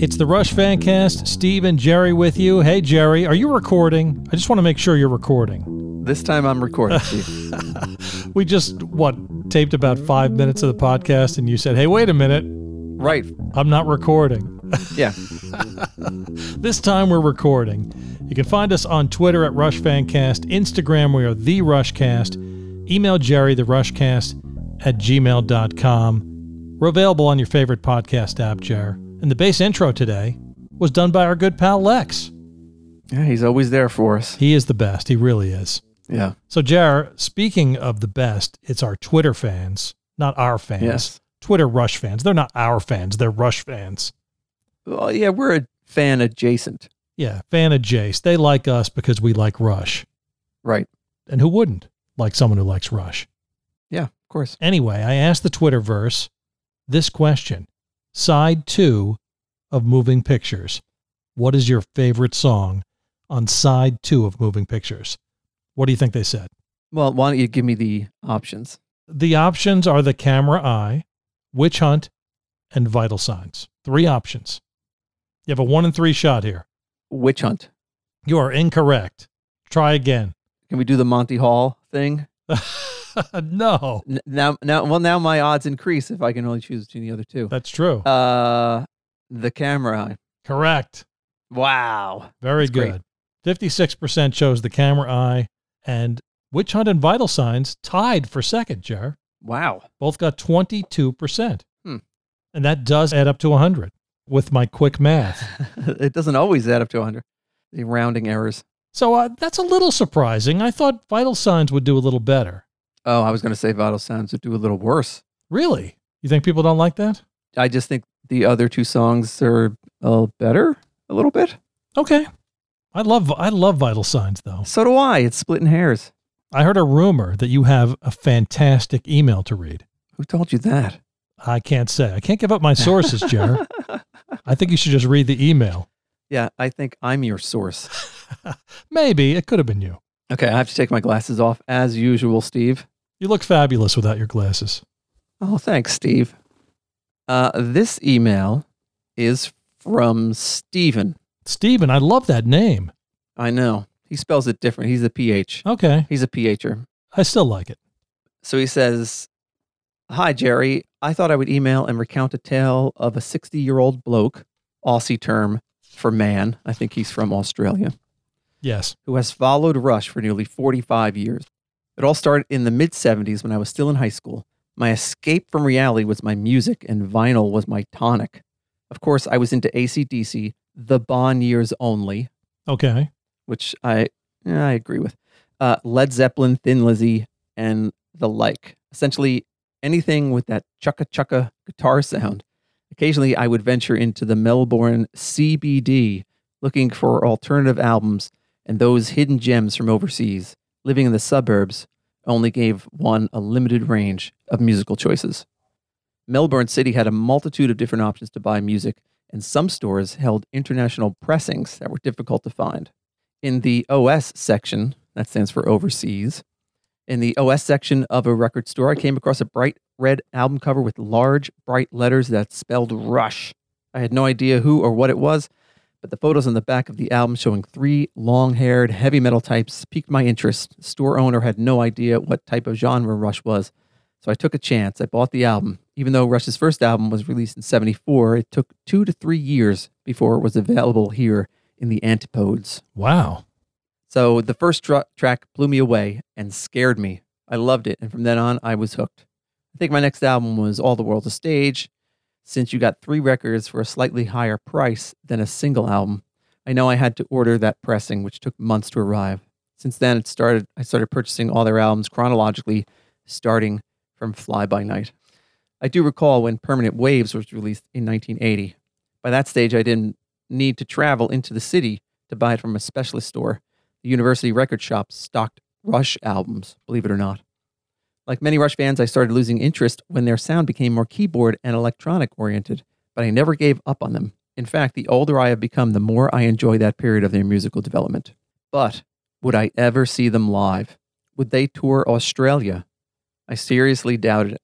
It's the Rush Fancast. Steve and Jerry with you. Hey, Jerry, are you recording? I just want to make sure you're recording. This time I'm recording. Steve. We just, what, taped about five minutes of the podcast and you said, hey, wait a minute, right. I'm not recording. Yeah. This time we're recording. You can find us on Twitter at RushFanCast, Instagram, we are The Rushcast, email Jerry, The Rushcast at gmail.com. We're available on your favorite podcast app, Jer. And the bass intro today was done by our good pal Lex. Yeah, he's always there for us. He is the best. He really is. Yeah. So, Jer, speaking of the best, it's our Twitter fans, not our fans. Yes. Twitter Rush fans. They're not our fans, they're Rush fans. Well, yeah, we're a fan adjacent. Yeah, fan of Jace. They like us because we like Rush. Right. And who wouldn't like someone who likes Rush? Yeah, of course. Anyway, I asked the Twitterverse this question Side two of Moving Pictures. What is your favorite song on side two of Moving Pictures? What do you think they said? Well, why don't you give me the options? The options are The Camera Eye, Witch Hunt, and Vital Signs. Three options. You have a one in three shot here. Witch Hunt. You are incorrect. Try again. Can we do the Monty Hall thing? no, N- now, now, well, now my odds increase if I can only choose between the other two. that's true. Uh, the camera eye. correct. Wow. Very That's great. good. Fifty-six percent chose the camera eye, and Witch Hunt and Vital Signs tied for second. Jar Wow. both got twenty-two percent, Hmm. and that does add up to hundred with my quick math. it doesn't always add up to 100. The rounding errors. so uh, that's a little surprising. I thought Vital Signs would do a little better. Oh, I was going to say vital sounds would do a little worse. Really, you think people don't like that? I just think the other two songs are uh, better a little bit. Okay, I love I love Vital Signs though. So do I. It's splitting hairs. I heard a rumor that you have a fantastic email to read. Who told you that? I can't say. I can't give up my sources, Jer. I think you should just read the email. yeah, I think I'm your source. Maybe it could have been you. Okay, I have to take my glasses off as usual, Steve. You look fabulous without your glasses. Oh, thanks, Steve. Uh, this email is from Steven. Steven, I love that name. I know. He spells it different. He's a PH. Okay. He's a PHer. I still like it. So he says, Hi, Jerry. I thought I would email and recount a tale of a 60 year old bloke, Aussie term for man. I think he's from Australia. Yes. who has followed Rush for nearly 45 years. It all started in the mid 70s when I was still in high school. My escape from reality was my music, and vinyl was my tonic. Of course, I was into ACDC, the Bon years only, Okay. which I, yeah, I agree with, uh, Led Zeppelin, Thin Lizzy, and the like. Essentially, anything with that chucka chucka guitar sound. Occasionally, I would venture into the Melbourne CBD looking for alternative albums and those hidden gems from overseas. Living in the suburbs only gave one a limited range of musical choices. Melbourne City had a multitude of different options to buy music, and some stores held international pressings that were difficult to find. In the OS section, that stands for overseas, in the OS section of a record store, I came across a bright red album cover with large, bright letters that spelled Rush. I had no idea who or what it was, but the photos on the back of the album showing three long haired heavy metal types piqued my interest. The store owner had no idea what type of genre Rush was, so I took a chance. I bought the album. Even though Rush's first album was released in 74, it took two to three years before it was available here in the Antipodes. Wow. So the first tr- track blew me away and scared me. I loved it, and from then on, I was hooked. I think my next album was All the World's a Stage, since you got three records for a slightly higher price than a single album. I know I had to order that pressing, which took months to arrive. Since then, it started. I started purchasing all their albums chronologically, starting from Fly By Night. I do recall when Permanent Waves was released in 1980. By that stage, I didn't need to travel into the city to buy it from a specialist store the university record shop stocked Rush albums, believe it or not. Like many Rush fans, I started losing interest when their sound became more keyboard and electronic oriented, but I never gave up on them. In fact, the older I have become, the more I enjoy that period of their musical development. But would I ever see them live? would they tour Australia? I seriously doubted it.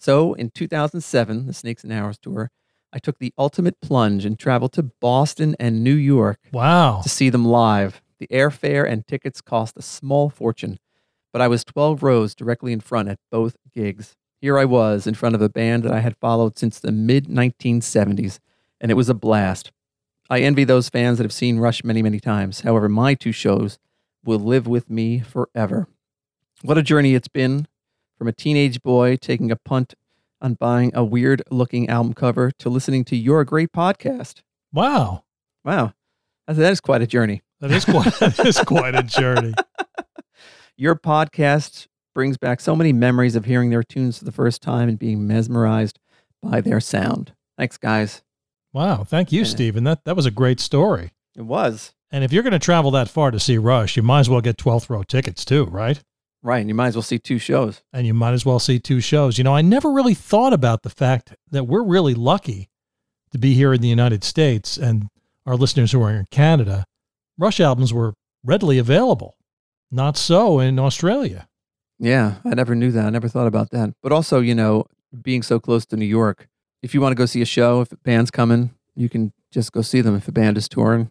So in 2007, the Snakes and Arrows tour, I took the ultimate plunge and traveled to Boston and New York Wow. to see them live. The airfare and tickets cost a small fortune, but I was 12 rows directly in front at both gigs. Here I was in front of a band that I had followed since the mid 1970s, and it was a blast. I envy those fans that have seen Rush many, many times. However, my two shows will live with me forever. What a journey it's been from a teenage boy taking a punt on buying a weird looking album cover to listening to your great podcast. Wow. Wow, that is quite a journey. That is quite that is quite a journey. Your podcast brings back so many memories of hearing their tunes for the first time and being mesmerized by their sound. Thanks, guys. Wow. Thank you, Yeah. Stephen. That that was a great story. It was. And if you're going to travel that far to see Rush, you might as well get 12th row tickets too, right? Right. And you might as well see two shows. And you might as well see two shows. You know, I never really thought about the fact that we're really lucky to be here in the United States and our listeners who are in Canada. Rush albums were readily available. Not so in Australia. Yeah. I never knew that. I never thought about that. But also, you know, being so close to New York, if you want to go see a show, if a band's coming, you can just go see them. If a band is touring,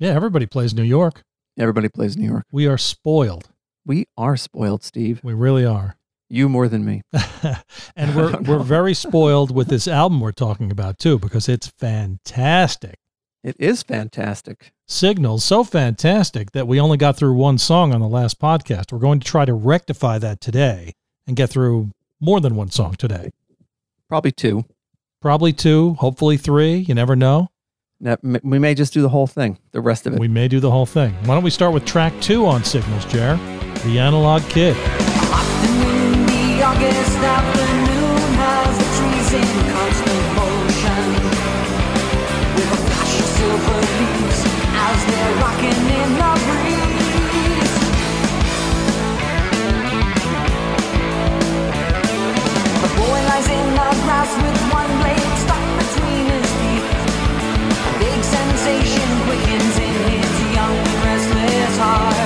Yeah, everybody plays New York. everybody plays New York. We are spoiled. We are spoiled, Steve. We really are. You more than me. and we're don't we're know. very spoiled with this album we're talking about too because it's fantastic. It is fantastic. Signals so fantastic that we only got through one song on the last podcast. We're going to try to rectify that today and get through more than one song today. Probably two. Probably two, hopefully three, you never know. Now, m- we may just do the whole thing, the rest of it. We may do the whole thing. Why don't we start with track 2 on Signals, Jer? The Analog Kid. Afternoon, the August afternoon has the trees in constant motion. With a flash of silver leaves as they're rocking in the breeze. The boy lies in the grass with one blade stuck between his teeth. A big sensation quickens in his young, restless heart,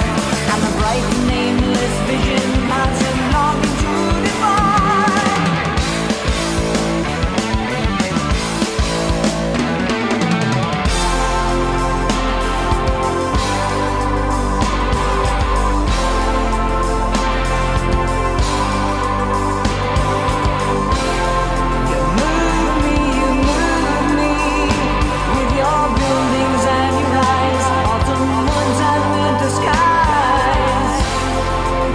and the bright, nameless vision has him longing to divine. Move me, you move me with your buildings and your eyes, autumn woods and winter skies.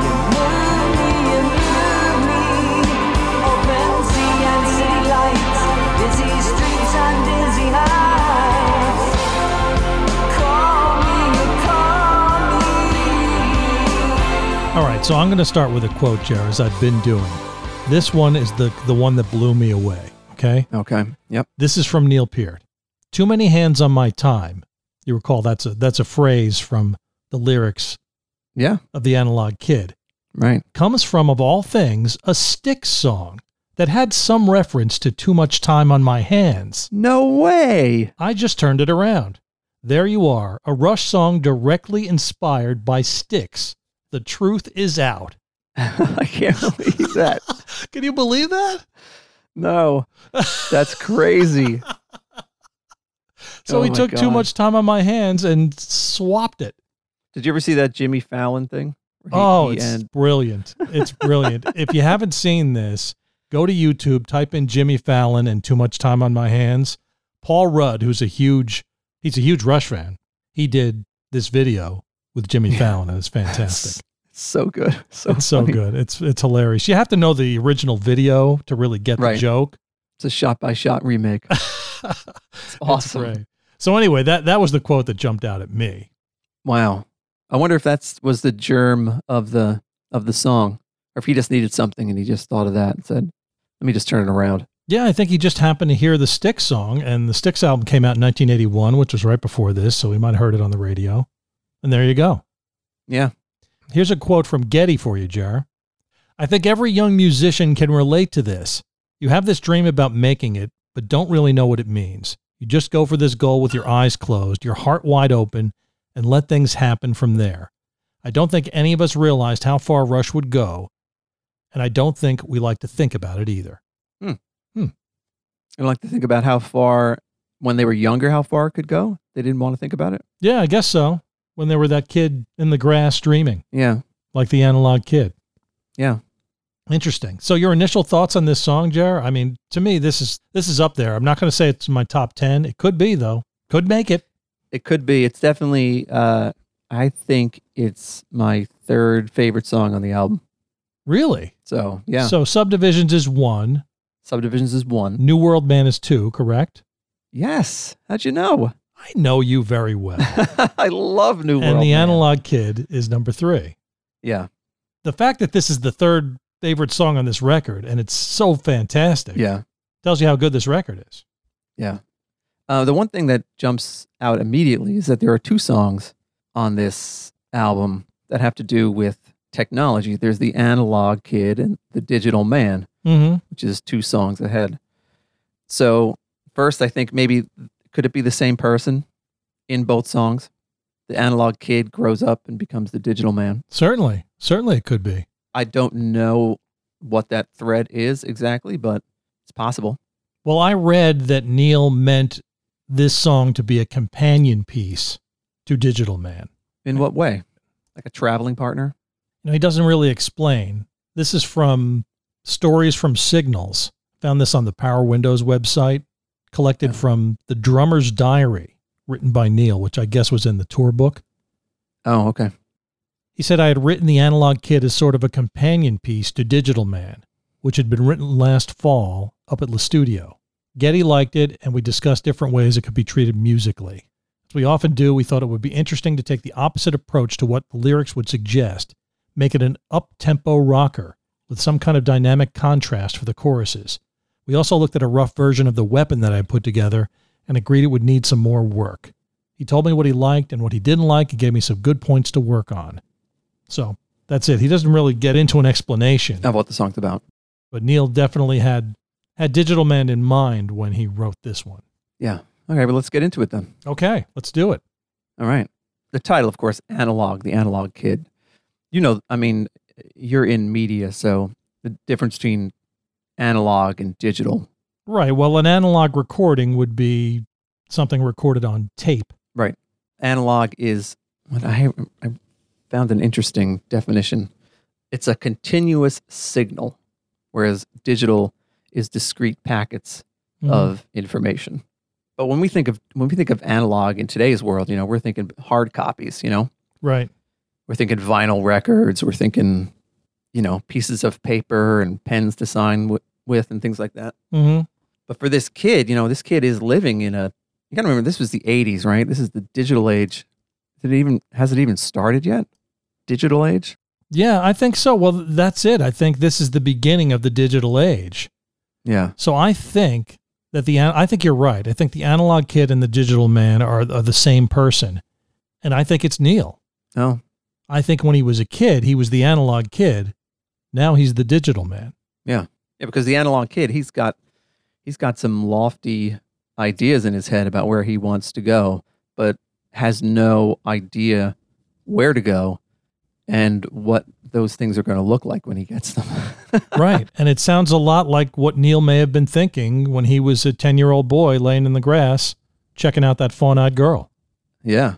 You move me, you move me, open sea and city lights, busy streets and dizzy heights. Call me, you call me. All right, so I'm going to start with a quote, Jer, as I've been doing. This one is the the one that blew me away, okay? okay. Yep. This is from Neil Peart. Too many hands on my time. You recall that's a that's a phrase from the lyrics Yeah. of the Analog Kid. Right. Comes from of all things a Styx song that had some reference to too much time on my hands. No way. I just turned it around. There you are, a Rush song directly inspired by Styx. The truth is out. I can't believe that. Can you believe that? No, that's crazy. So Oh he my took too God. much time on my hands and swapped it. Did you ever see that Jimmy Fallon thing? Where he- Oh, he it's and- brilliant. It's brilliant. if you haven't seen this, go to YouTube, type in Jimmy Fallon and Too Much Time on My Hands. Paul Rudd, who's a huge he's a huge Rush fan, he did this video with Jimmy Yeah. Fallon and it's it's fantastic. so good. So it's so funny. good. It's it's hilarious. You have to know the original video to really get the Right. joke. It's a shot by shot remake. It's awesome. great. So anyway, that that was the quote that jumped out at me. Wow. I wonder if that's was the germ of the of the song, or if he just needed something and he just thought of that and said, "Let me just turn it around." Yeah, I think he just happened to hear the Styx song, and the Styx album came out in 1981, which was right before this, so we might have heard it on the radio. And there you go. Yeah. Here's a quote from Getty for you, Jar. I think every young musician can relate to this. You have this dream about making it, but don't really know what it means. You just go for this goal with your eyes closed, your heart wide open, and let things happen from there. I don't think any of us realized how far Rush would go, and I don't think we like to think about it either. I like to think about how far, when they were younger, how far it could go. They didn't want to think about it. Yeah, I guess so. When they were that kid in the grass dreaming, Yeah. like the analog kid. Yeah. Interesting. So your initial thoughts on this song, Jer? I mean, to me, this is this is up there. I'm not going to say it's my top ten. It could be though. Could make it. It could be. It's definitely, uh, I think it's my third favorite song on the album. Really? So, yeah. So subdivisions is one. Subdivisions is one. New World Man is two. Correct. Yes. How'd you know? I know you very well. I love New World. and the Man. Analog Kid is number three. Yeah. The fact that this is the third favorite song on this record, and it's so fantastic, Yeah. tells you how good this record is. Uh, the one thing that jumps out immediately is that there are two songs on this album that have to do with technology. There's the Analog Kid and the Digital Man. Mm-hmm. which is two songs ahead. So first, I think maybe could it be the same person in both songs? The analog kid grows up and becomes the digital man. Certainly, certainly, it could be. I don't know what that thread is exactly, but it's possible. Well, I read that Neil meant this song to be a companion piece to Digital Man. In what way? Like a traveling partner? Now, he doesn't really explain. This is from Stories from Signals. Found this on the Power Windows website, collected Yeah. from The Drummer's Diary, written by Neil, which I guess was in the tour book. Oh, okay. He said, I had written The Analog Kid as sort of a companion piece to Digital Man, which had been written last fall up at La Studio. Getty liked it, and we discussed different ways it could be treated musically. As we often do, we thought it would be interesting to take the opposite approach to what the lyrics would suggest, make it an up tempo rocker with some kind of dynamic contrast for the choruses. We also looked at a rough version of the weapon that I had put together and agreed it would need some more work. He told me what he liked and what he didn't like and gave me some good points to work on. So that's it. He doesn't really get into an explanation, Of what the song's about. but Neil definitely had had Digital Man in mind when he wrote this one. Yeah. Okay, but let's get into it then. Okay, let's do it. All right. The title, of course, Analog, the Analog Kid. You know, I mean, you're in media, so the difference between analog and digital. Right. Well, an analog recording would be something recorded on tape. Analog is what I, I found an interesting definition. It's a continuous signal, whereas digital is discrete packets Mm-hmm. of information. But when we think of when we think of analog in today's world, you know, we're thinking hard copies, you know. right. We're thinking vinyl records. We're thinking, you know, pieces of paper and pens to sign wi- with and things like that. hmm But for this kid, you know, this kid is living in a. You gotta remember, this was the '80s, right? This is the digital age. Did it even has it even started yet? Digital age. Yeah, I think so. Well, that's it. I think this is the beginning of the digital age. Yeah, So I think that the an- I think you're right. I think the analog kid and the digital man are, are the same person, and I think it's Neil. Oh. I think when he was a kid, he was the analog kid. Now he's the digital man. yeah. Because the analog kid, he's got he's got some lofty ideas in his head about where he wants to go, but has no idea where to go and what those things are going to look like when he gets them. right. And it sounds a lot like what Neil may have been thinking when he was a 10 year old boy laying in the grass, checking out that fawn eyed girl. Yeah.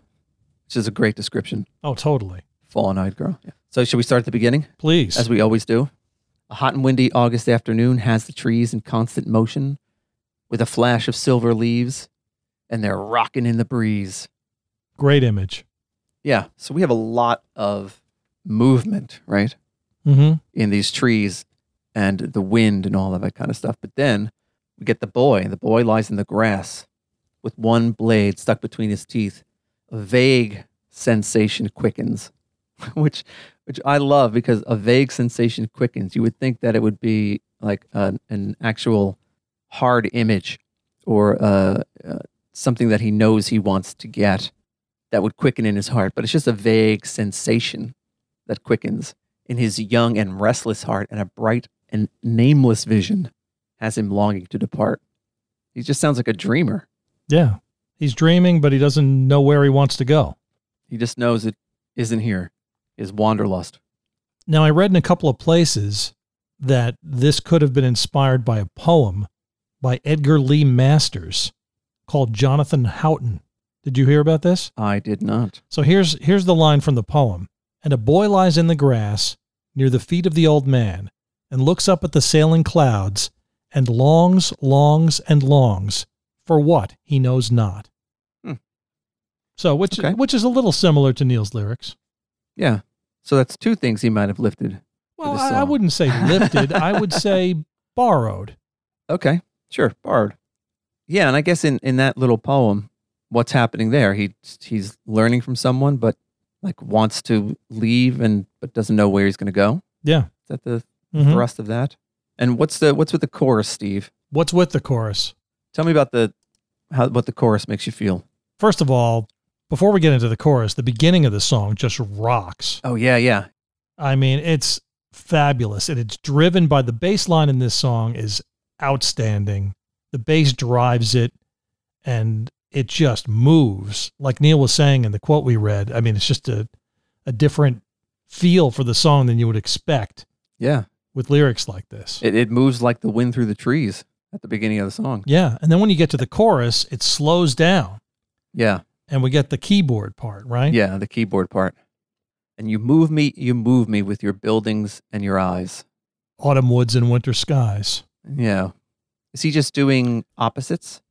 Which is a great description. Oh, totally. Fallen eyed girl. So, should we start at the beginning, Please. as we always do? A hot and windy August afternoon has the trees in constant motion with a flash of silver leaves, and they're rocking in the breeze. Great image. Yeah. So, we have a lot of movement, right? hmm in these trees and the wind and all of that kind of stuff. But then we get the boy. The boy lies in the grass with one blade stuck between his teeth. A vague sensation quickens, which which I love because a vague sensation quickens. You would think that it would be like an, an actual hard image or uh, uh, something that he knows he wants to get that would quicken in his heart, but it's just a vague sensation that quickens in his young and restless heart, and a bright and nameless vision has him longing to depart. He just sounds like a dreamer. Yeah. He's dreaming, but he doesn't know where he wants to go. He just knows it isn't here. is wanderlust. Now, I read in a couple of places that this could have been inspired by a poem by Edgar Lee Masters called Jonathan Houghton. Did you hear about this? I did not. So here's here's the line from the poem. And a boy lies in the grass near the feet of the old man and looks up at the sailing clouds and longs, longs, and longs for what he knows not. Hmm. So which Okay. which is a little similar to Neil's lyrics. Yeah. So that's two things he might have lifted. Well, this I, I song. wouldn't say lifted. I would say borrowed. Okay. Sure. Borrowed. Yeah, and I guess in, in that little poem, what's happening there? He he's learning from someone, but like wants to leave and but doesn't know where he's going to go. Is Yeah. that the Mhm. thrust of that? And what's the what's with the chorus, Steve? What's with the chorus? Tell me about the how what the chorus makes you feel. First of all, before we get into the chorus, the beginning of the song just rocks. Oh yeah, yeah. I mean, it's fabulous and it's driven by the bass line in this song is outstanding. The bass drives it and it just moves. Like Neil was saying in the quote we read, I mean, it's just a, a different feel for the song than you would expect Yeah. with lyrics like this. It it moves like the wind through the trees at the beginning of the song. yeah. And then when you get to the chorus, it slows down Yeah. and we get the keyboard part, right? Yeah, the keyboard part. And you move me, you move me with your buildings and your eyes. Autumn woods and winter skies. Yeah. Is he just doing opposites?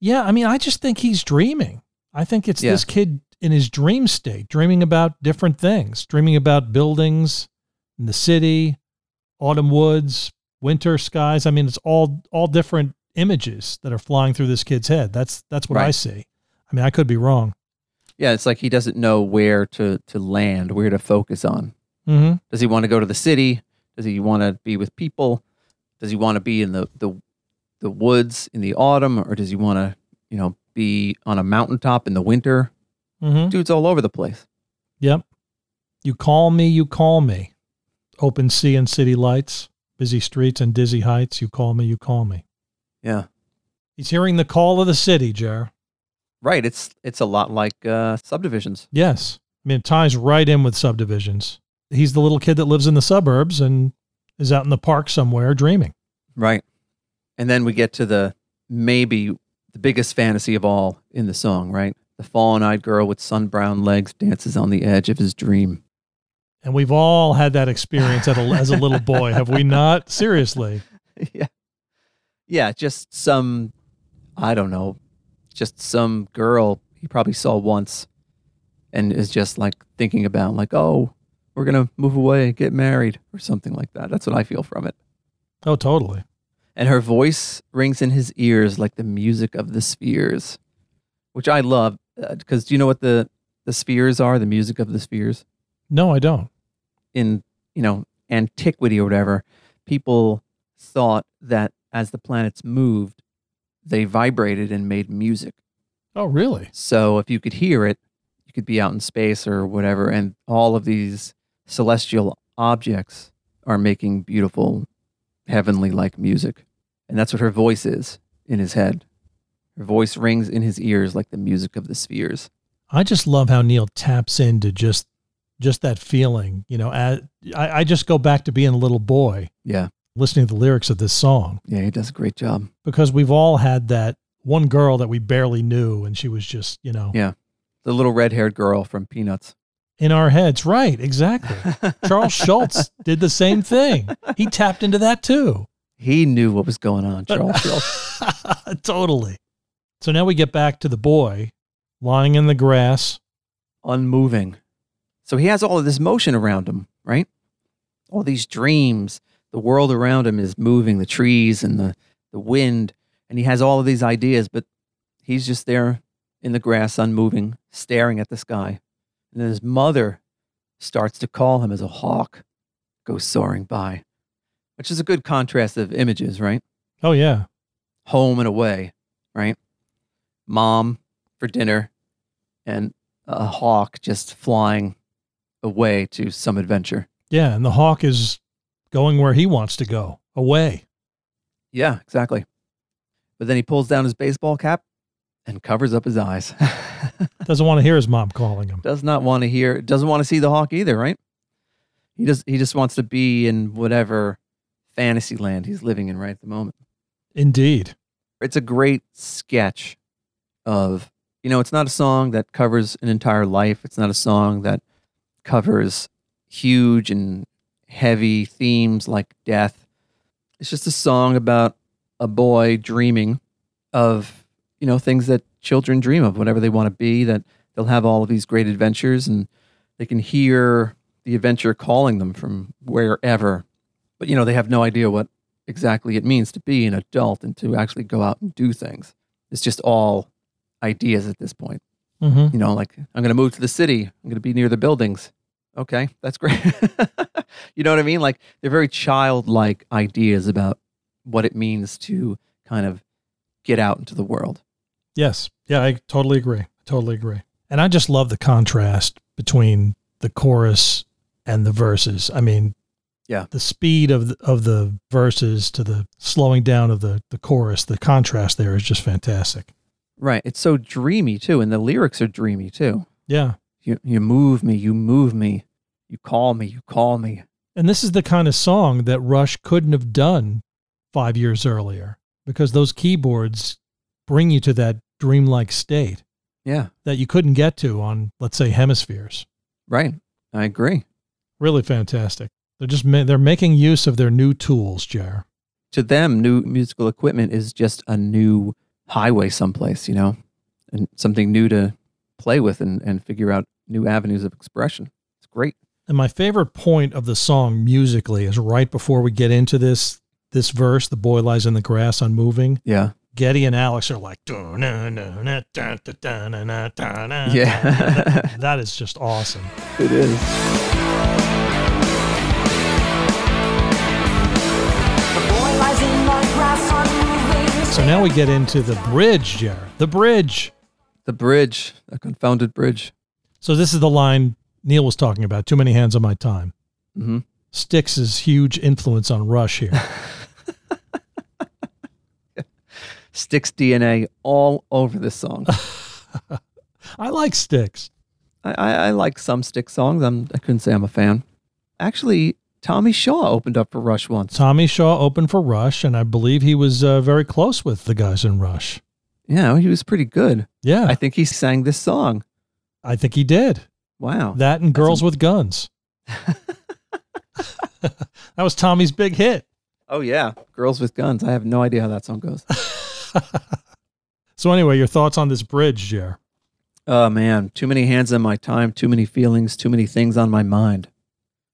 Yeah, I mean, I just think he's dreaming. I think it's Yeah. this kid in his dream state, dreaming about different things, dreaming about buildings in the city, autumn woods, winter skies. I mean, it's all all different images that are flying through this kid's head. That's that's what I Right. see. I mean, I could be wrong. Yeah, it's like he doesn't know where to to land, where to focus on. Mm-hmm. Does he want to go to the city? Does he want to be with people? Does he want to be in the the the woods in the autumn or does he want to, you know, be on a mountaintop in the winter? Mm-hmm. Dude's all over the place. Yep. You call me, you call me. Open sea and city lights, busy streets and dizzy heights. You call me, you call me. Yeah. He's hearing the call of the city, Jer. Right, it's it's a lot like uh subdivisions. Yes. I mean, it ties right in with subdivisions. He's the little kid that lives in the suburbs and is out in the park somewhere dreaming. Right. And then we get to the maybe the biggest fantasy of all in the song, right? The fallen eyed girl with sun brown legs dances on the edge of his dream. And we've all had that experience at a, as a little boy, have we not? Seriously. yeah. Yeah. Just some, I don't know, just some girl he probably saw once and is just like thinking about, like, oh, we're going to move away, get married, or something like that. That's what I feel from it. Oh, totally. and her voice rings in his ears like the music of the spheres, which I love because do you know what the the spheres are? The music of the spheres No, I don't. in you know antiquity or whatever, people thought that as the planets moved, they vibrated and made music. Oh, really? So if you could hear it, you could be out in space or whatever, and all of these celestial objects are making beautiful, heavenly like music. And that's what her voice is in his head. Her voice rings in his ears like the music of the spheres. I just love how Neil taps into just just that feeling. You know, as, I, I just go back to being a little boy Yeah. listening to the lyrics of this song Yeah, he does a great job. because we've all had that one girl that we barely knew and she was just, you know, Yeah. The little red haired girl from Peanuts. in our heads. Right, exactly. Charles Schultz did the same thing. He tapped into that too. he knew what was going on, Charles. Schultz. totally. So now we get back to the boy lying in the grass. unmoving. So he has all of this motion around him, right? All these dreams. The world around him is moving, the trees and the, the wind. And he has all of these ideas, but he's just there in the grass, unmoving, staring at the sky. And then his mother starts to call him as a hawk goes soaring by, which is a good contrast of images, right? Oh yeah. home and away, right? Mom for dinner and a hawk just flying away to some adventure. Yeah, and the hawk is going where he wants to go, away. Yeah, exactly. But then he pulls down his baseball cap and covers up his eyes. Doesn't want to hear his mom calling him. does not want to hear, doesn't want to see the hawk either, right? He does. He just wants to be in whatever fantasy land he's living in right at the moment. Indeed. it's a great sketch of you know it's not a song that covers an entire life it's not a song that covers huge and heavy themes like death it's just a song about a boy dreaming of you know things that children dream of whatever they want to be that they'll have all of these great adventures and they can hear the adventure calling them from wherever but you know they have no idea what exactly it means to be an adult and to actually go out and do things. It's just all ideas at this point. Mm-hmm. You know, like I'm going to move to the city. I'm going to be near the buildings. Okay, that's great. you know what I mean? Like they're very childlike ideas about what it means to kind of get out into the world. Yes. Yeah, I totally agree. Totally agree. And I just love the contrast between the chorus and the verses. I mean, Yeah. the speed of the, of the verses to the slowing down of the the chorus. The contrast there is just fantastic. Right. It's so dreamy too, and the lyrics are dreamy too. Yeah. You you move me, you move me, you call me, you call me. And this is the kind of song that Rush couldn't have done five years earlier because those keyboards bring you to that dreamlike state Yeah. that you couldn't get to on, let's say, hemispheres. Right. I agree. Really fantastic. They're just ma- they're making use of their new tools, Jar. to them, new musical equipment is just a new highway someplace, you know, and something new to play with and, and figure out new avenues of expression. It's great. And my favorite point of the song musically is right before we get into this this verse, "The boy lies in the grass, unmoving." Yeah. Getty and Alex are like, yeah, Yeah. that is just awesome. it is. So now we get into the bridge, Jared. The bridge. The bridge, a confounded bridge. So this is the line Neil was talking about. Too many hands on my time. Mhm. Styx's huge influence on Rush here. Sticks DNA all over this song. I like Styx. I, I, I like some Stick songs. I'm, I couldn't say I'm a fan. Actually, Tommy Shaw opened up for Rush once. Tommy Shaw opened for Rush, and I believe he was uh, very close with the guys in Rush. Yeah, he was pretty good. Yeah, I think he sang this song. I, think he did. Wow. That and Girls with Guns. that was Tommy's big hit. oh, yeah. Girls with Guns. I have no idea how that song goes. So anyway, your thoughts on this bridge, Jer? Oh man, too many hands on my time, too many feelings, too many things on my mind.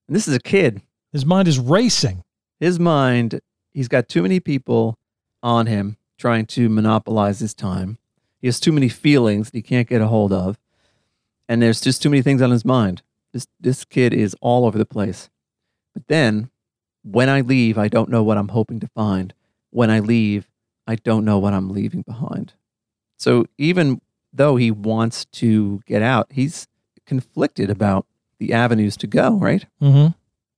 And this is a kid. His mind is racing. His mind, he's got too many people on him trying to monopolize his time. He has too many feelings that he can't get a hold of. And there's just too many things on his mind. This this kid is all over the place. But then when I leave, I don't know what I'm hoping to find. When I leave, I don't know what I'm leaving behind. So even though he wants to get out, he's conflicted about the avenues to go, right? Mm-hmm.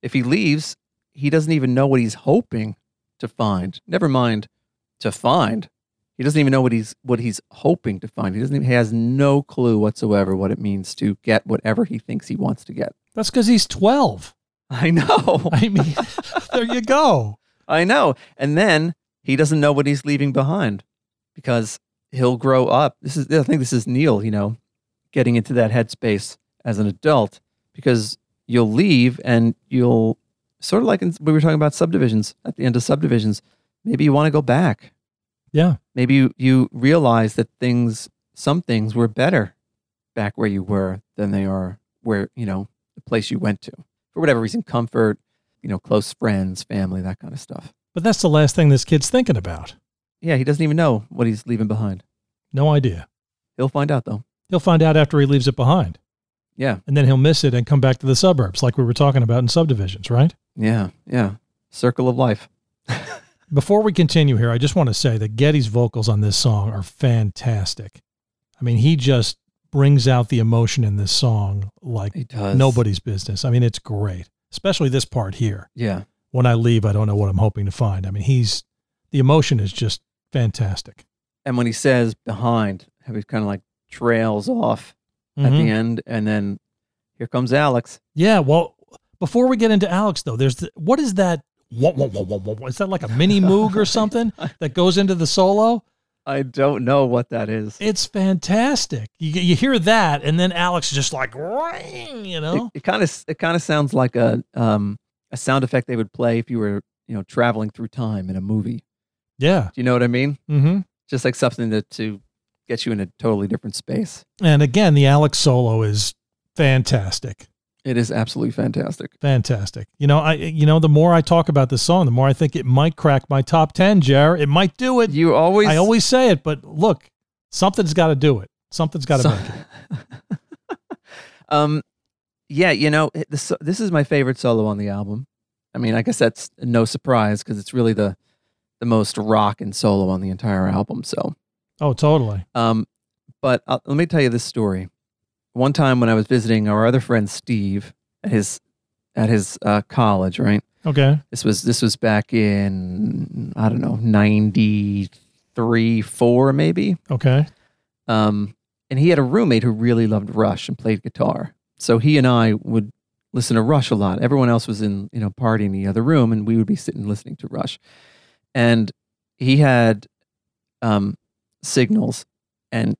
if he leaves, he doesn't even know what he's hoping to find. Never mind to find. He doesn't even know what he's what he's hoping to find. He doesn't even, he has no clue whatsoever what it means to get whatever he thinks he wants to get. That's because he's twelve. I know. I mean, there you go. I know. And then he doesn't know what he's leaving behind because he'll grow up. This is I think this is Neil, you know, getting into that headspace as an adult because you'll leave and you'll sort of like in, we were talking about subdivisions at the end of subdivisions, maybe you want to go back. Yeah. Maybe you, you realize that things some things were better back where you were than they are where, you know, the place you went to. For whatever reason, comfort, you know, close friends, family, that kind of stuff. But that's the last thing this kid's thinking about. Yeah, he doesn't even know what he's leaving behind. No idea. He'll find out though. He'll find out after he leaves it behind, Yeah, and then he'll miss it and come back to the suburbs, like we were talking about in subdivisions, right? yeah, yeah. Circle of life. Before we continue here, I just want to say that Getty's vocals on this song are fantastic. I mean, he just brings out the emotion in this song like He does. nobody's business. I mean, it's great, especially this part here. Yeah, When I leave, I don't know what I'm hoping to find. I mean, he's the emotion is just fantastic. and when he says behind, how it kind of like trails off at Mhm. the end, and then here comes Alex. Yeah. Well, before we get into Alex, though, there's the, what is that? Wah, wah, wah, wah, wah, wah. Is that like a mini Moog or something that goes into the solo? I don't know what that is. It, It's fantastic. You, you hear that, and then Alex is just like, "Ring," you know? it kind of it kind of sounds like a um a sound effect they would play if you were you know traveling through time in a movie. Yeah. Do you know what I mean? Mm-hmm. Just like something to, to get you in a totally different space. And again, the Alex solo is fantastic. It is absolutely fantastic. Fantastic. You know, I you know, the more I talk about this song, the more I think it might crack my top ten, Jer. It might do it. You always I always say it, but look, something's gotta do it. Something's gotta make it. um, yeah, you know, it- this this is my favorite solo on the album. I mean, I guess that's no surprise because it's really the the most rock and solo on the entire album. So, Oh, totally. um, but i let me tell you this story. One time when I was visiting our other friend Steve at his at his uh, college, right? Okay. This was this was back in I don't know ninety three four maybe. Okay. Um, and he had a roommate who really loved Rush and played guitar. So he and I would listen to Rush a lot. Everyone else was in, you know, party in the other room, and we would be sitting listening to Rush. And he had um, Signals, and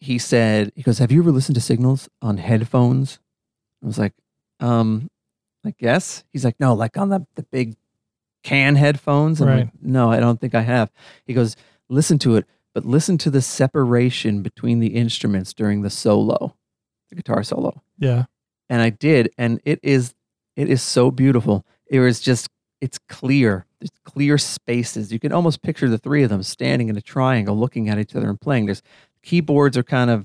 he said, he goes, "Have you ever listened to Signals on headphones?" I was like, um, I guess. He's like, no, like on the the big can headphones. I'm Right. like, no, I don't think I have. He goes, listen to it but listen to the separation between the instruments during the solo, the guitar solo. Yeah. And I did, and it is it is so beautiful. It was just it's clear. There's clear spaces. You can almost picture the three of them standing in a triangle looking at each other and playing. There's keyboards are kind of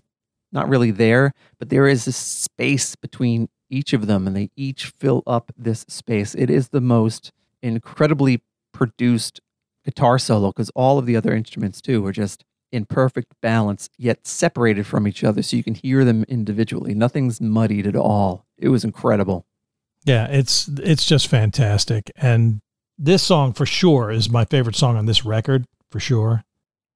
not really there, but there is this space between each of them and they each fill up this space. It is the most incredibly produced guitar solo because all of the other instruments too are just in perfect balance yet separated from each other so you can hear them individually. Nothing's muddied at all. It was incredible. Yeah, it's it's just fantastic. And this song for sure is my favorite song on this record, for sure.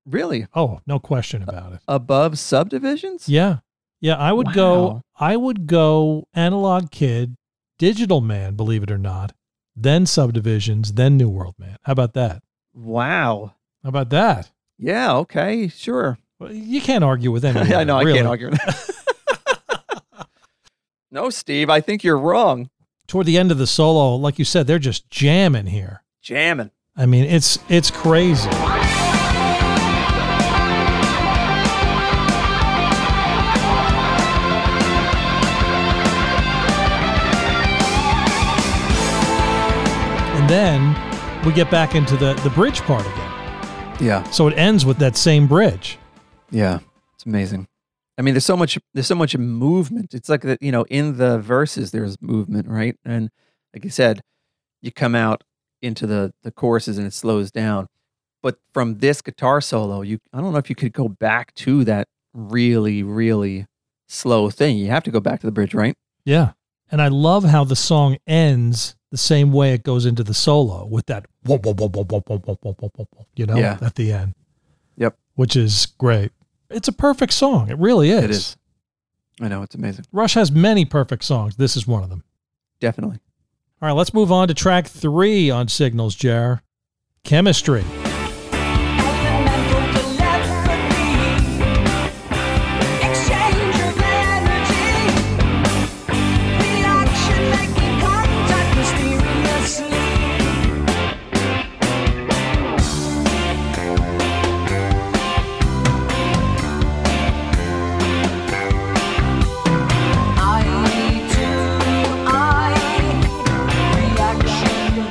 Really? Oh, no question Uh, about it. Above subdivisions? Yeah. Yeah, I would go Wow. I would go Analog Kid, Digital Man, believe it or not, then Subdivisions, then New World Man. How about that? Wow. How about that? Yeah, okay, sure. Well, you can't argue with anyone. I know I really. can't argue with that. no, Steve, I think you're wrong. Toward the end of the solo, like you said, they're just jamming here. Jamming. I mean, it's it's crazy. And then we get back into the the bridge part again. Yeah, So it ends with that same bridge. yeah. It's amazing. I mean, there's so much there's so much movement. It's like that, you know, in the verses there's movement, right? And like you said, you come out into the the choruses and it slows down. But from this guitar solo, you I don't know if you could go back to that really, really slow thing. You have to go back to the bridge, right? Yeah. And I love how the song ends the same way it goes into the solo with that whoa, whoa, whoa, whoa, whoa, whoa, whoa, whoa, whoa, whoa, whoa, you know, Yeah. at the end. Yep. Which is great. It's a perfect song. It really is. It is. I know, it's amazing. Rush has many perfect songs. This is one of them. Definitely. All right, let's move on to track three on Signals, Jar. Chemistry.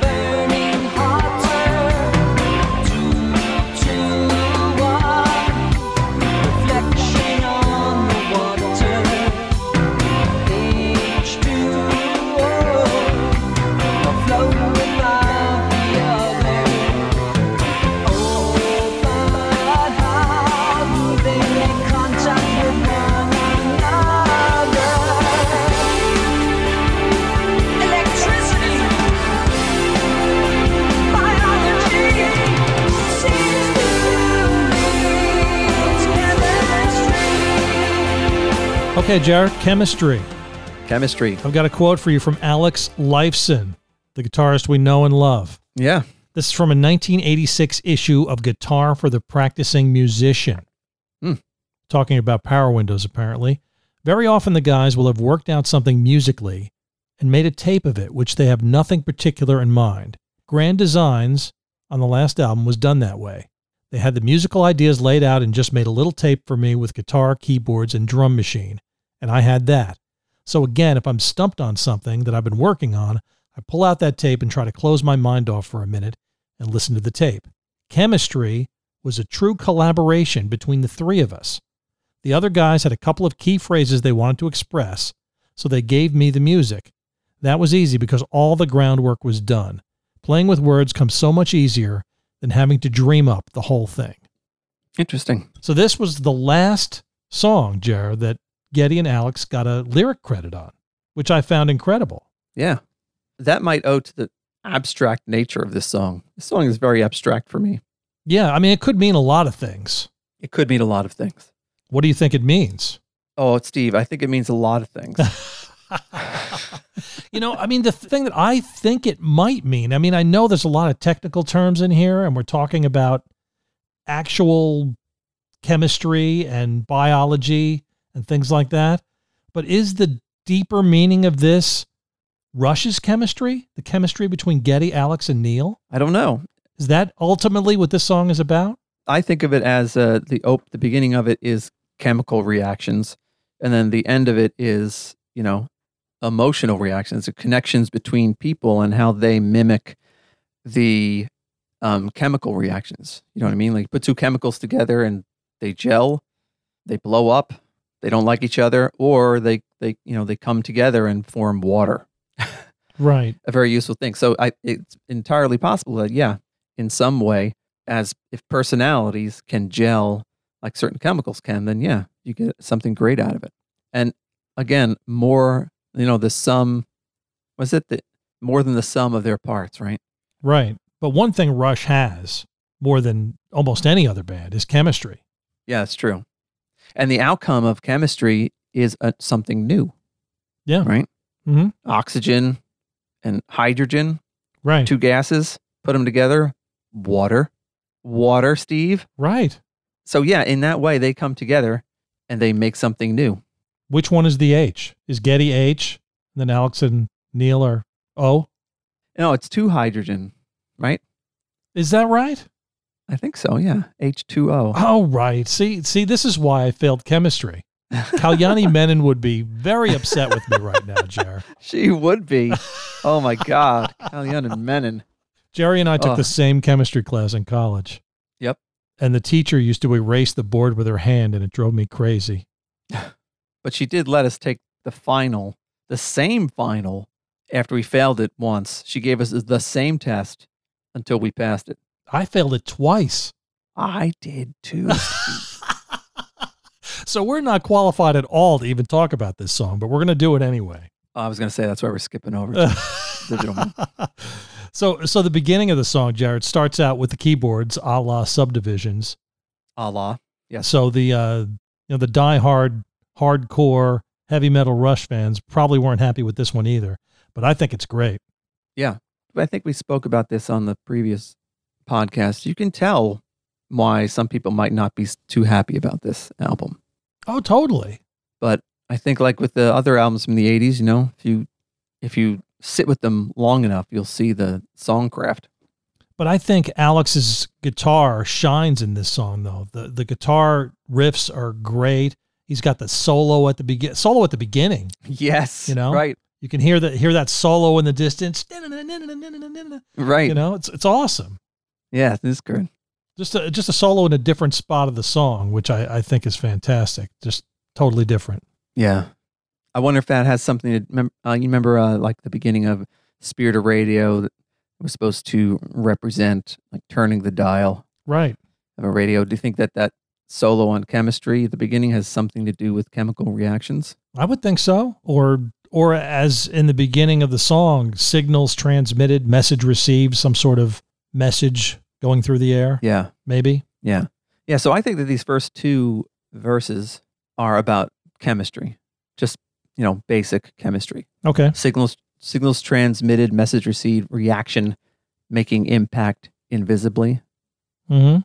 Burning hotter to Okay, Jared, chemistry. Chemistry. I've got a quote for you from Alex Lifeson, the guitarist we know and love. Yeah. This is from a 1986 issue of Guitar for the Practicing Musician. Hmm. Talking about power windows, apparently. Very often the guys will have worked out something musically and made a tape of it, which they have nothing particular in mind. Grand Designs on the last album was done that way. They had the musical ideas laid out and just made a little tape for me with guitar, keyboards, and drum machine. And I had that. So again, if I'm stumped on something that I've been working on, I pull out that tape and try to close my mind off for a minute and listen to the tape. Chemistry was a true collaboration between the three of us. The other guys had a couple of key phrases they wanted to express, so they gave me the music. That was easy because all the groundwork was done. Playing with words comes so much easier than having to dream up the whole thing. Interesting. So this was the last song, Jared, that Getty and Alex got a lyric credit on, which I found incredible. Yeah. That might owe to the abstract nature of this song. This song is very abstract for me. Yeah, I mean, it could mean a lot of things. It could mean a lot of things. What do you think it means? Oh, Steve, I think it means a lot of things. you know, I mean, the thing that I think it might mean, I mean, I know there's a lot of technical terms in here, and we're talking about actual chemistry and biology and things like that. But is the deeper meaning of this Rush's chemistry, the chemistry between Getty, Alex, and Neil? I don't know. Is that ultimately what this song is about? I think of it as uh, the op- the beginning of it is chemical reactions, and then the end of it is you know emotional reactions, the connections between people and how they mimic the um, chemical reactions. You know what I mean? Like put two chemicals together and they gel, they blow up, they don't like each other, or they they you know they come together and form water Right. a very useful thing. So I, it's entirely possible that yeah, in some way, as if personalities can gel like certain chemicals can, then yeah, you get something great out of it. And again, more you know the sum was it the more than the sum of their parts, right? Right. But one thing Rush has more than almost any other band is chemistry. Yeah, it's true. And the outcome of chemistry is uh something new. Yeah. Right. Mhm. Oxygen and hydrogen, Right. two gases, put them together, water, water, Steve. right. So yeah, in that way, they come together and they make something new. Which one is the H? Is Getty H? And then Alex and Neil are O. No, Oh, it's two hydrogen, right? Is that right? I think so. Yeah, H two O. Oh, right. See, see, this is why I failed chemistry. Kalyani Menon would be very upset with me right now, Jer. She would be. Oh my God, Kalyan and Menon. Jerry and I took Ugh. the same chemistry class in college. Yep. And the teacher used to erase the board with her hand, and it drove me crazy. But she did let us take the final, the same final, after we failed it once. She gave us the same test until we passed it. I failed it twice. I did too. Oh, So we're not qualified at all to even talk about this song, but we're going to do it anyway. I was gonna say that's why we're skipping over. to digital one. so, so the beginning of the song, Jared, starts out with the keyboards, a la Subdivisions. A la. Yes. So the uh, you know the diehard, hardcore heavy metal Rush fans probably weren't happy with this one either. But I think it's great. I think we spoke about this on the previous podcast. You can tell why some people might not be s- too happy about this album. Oh, totally. But I think like with the other albums from the 80s, you know, if you if you sit with them long enough, you'll see the songcraft. But I think Alex's guitar shines in this song though. The the guitar riffs are great. He's got the solo at the begin solo at the beginning. Yes. You know? Right. You can hear that hear that solo in the distance. Right. You know, it's it's awesome. Yeah, this is good. Just a, just a solo in a different spot of the song, which I, I think is fantastic. Just totally different. Yeah. I wonder if that has something to remember. Uh, you remember, uh, like the beginning of Spirit of Radio that was supposed to represent like turning the dial Right. of a radio. Do you think that that solo on chemistry at the beginning has something to do with chemical reactions? I would think so. Or or as in the beginning of the song, signals transmitted, message received, some sort of message going through the air, Yeah, maybe. yeah, yeah. So I think that these first two verses are about chemistry, just you know basic chemistry Okay. signals signals transmitted message received reaction making impact invisibly Mm-hmm.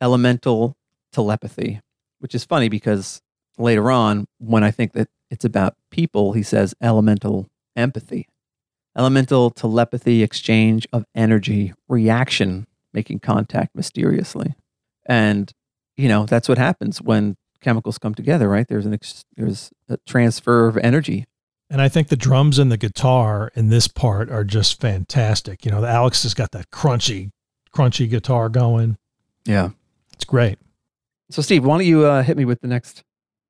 elemental telepathy which is funny because later on when i think that it's about people he says elemental empathy elemental telepathy exchange of energy reaction making contact mysteriously and you know that's what happens when chemicals come together right there's an ex- there's a transfer of energy And I think the drums and the guitar in this part are just fantastic. You know, Alex has got that crunchy, crunchy guitar going. yeah It's great. So, Steve, why don't you uh, hit me with the next,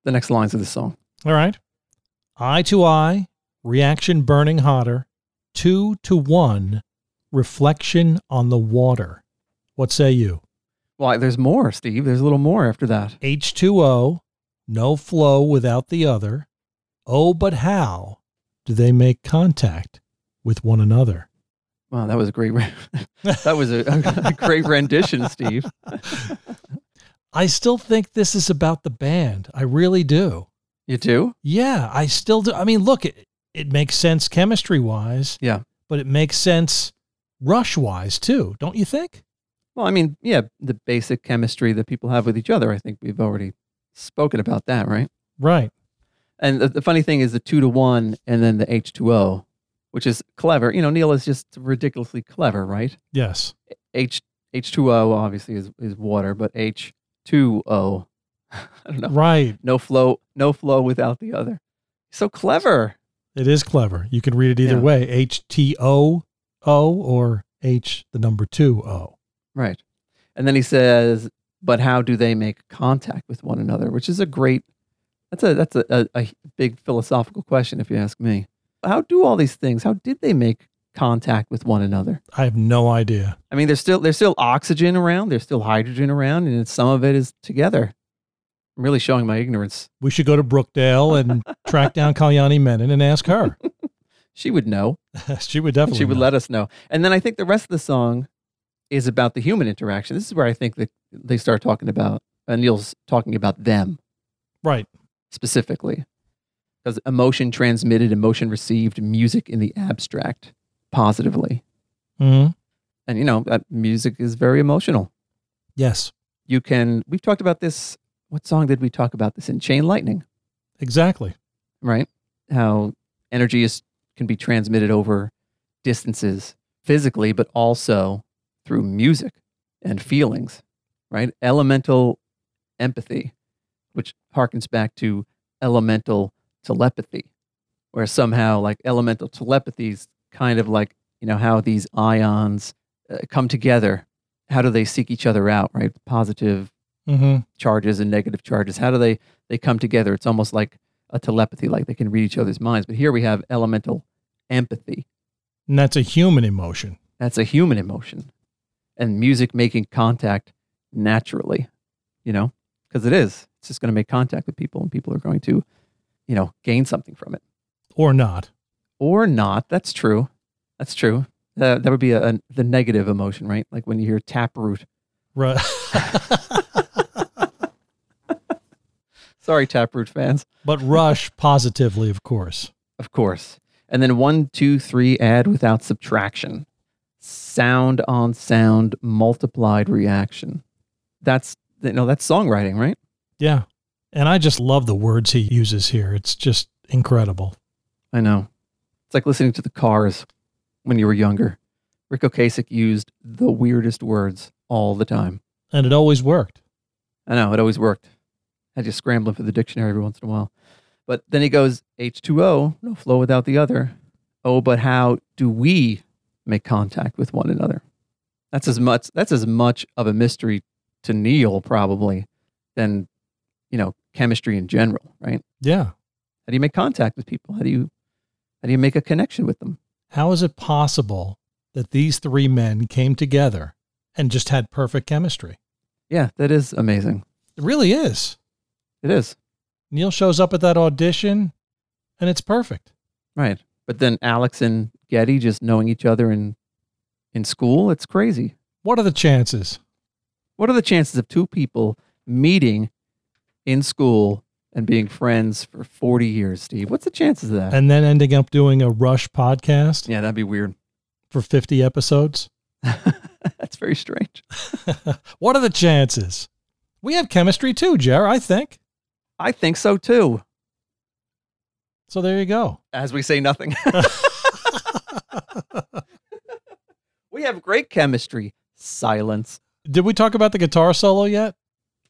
the next lines of the song? All right. Eye to eye, reaction burning hotter. Two to one, reflection on the water. What say you? Why? There's more, Steve. There's a little more after that. H2O, no flow without the other. Oh, but how do they make contact with one another? Wow, that was a great, re- that was a, a great rendition, Steve. I still think this is about the band. I really do. You do? Yeah, I still do. I mean, look, it, it makes sense chemistry wise. Yeah. But it makes sense rush wise too, don't you think? Well, I mean, yeah, the basic chemistry that people have with each other. I think we've already spoken about that, right? Right. And the, the funny thing is the two to one, and then the H two O, which is clever. You know, Neil is just ridiculously clever, right? Yes. H H two O obviously is is water, but H two O, I don't know. Right. no flow no flow without the other so clever It is clever. You can read it either Yeah. way H T O O or H the number two O. right and then he says but how do they make contact with one another which is a great that's a that's a, a, a big philosophical question if you ask me how do all these things how did they make contact with one another I have no idea. i mean there's still there's still oxygen around there's still hydrogen around and some of it is together i'm really showing my ignorance We should go to Brookdale and track down Kalyani Menon and ask her. she would know she would And definitely. she would know. let us know. And then I think the rest of the song is about the human interaction. This is where I think that they start talking about, uh, Neil's talking about them Right. specifically. Because emotion transmitted, emotion received, music in the abstract positively. hmm And, you know, that music is very emotional. Yes. You can, we've talked about this. What song did we talk about this in? Chain Lightning, Exactly. right? How energy is, can be transmitted over distances physically, but also through music and feelings, right? Elemental empathy, which harkens back to elemental telepathy, where somehow like elemental telepathy is kind of like, you know, how these ions uh, come together. How do they seek each other out, right? Positive hmm charges and negative charges. How do they they come together? It's almost like a telepathy, like they can read each other's minds. But here we have elemental empathy, And that's a human emotion. that's a human emotion. And music making contact naturally, you know, because it is. It's just going to make contact with people and people are going to, you know, gain something from it Or not. or not. That's true. That's true. Uh, that would be a, a- the negative emotion, right? Like when you hear taproot. Right. Sorry, taproot fans. but Rush positively, of course. Of course. And then one, two, three, add without subtraction. Sound on sound, multiplied reaction. That's, you know, that's songwriting, right? Yeah. And I just love the words he uses here. It's just incredible. I know. It's like listening to the Cars when you were younger. Rick Ocasek used the weirdest words all the time. And it always worked. I know it always worked. I just scrambling for the dictionary every once in a while. But then he goes H2O, no flow without the other. Oh, but how do we make contact with one another? That's as much that's as much of a mystery to Neil probably than you know, chemistry in general, right? Yeah. How do you make contact with people? How do you how do you make a connection with them? How is it possible that these three men came together and just had perfect chemistry? Yeah, that is amazing. It really is. It is. Neil shows up at that audition and it's perfect. Right. But then Alex and Getty just knowing each other in in school, it's crazy. What are the chances? What are the chances of two people meeting in school and being friends for 40 years, Steve. What's the chances of that? and then ending up doing a Rush podcast yeah, that'd be weird. for 50 episodes? That's very strange. what are the chances? We have chemistry too, Jer, I think. I think so too. So there you go. As we say nothing. we have great chemistry. Silence. Did we talk about the guitar solo yet?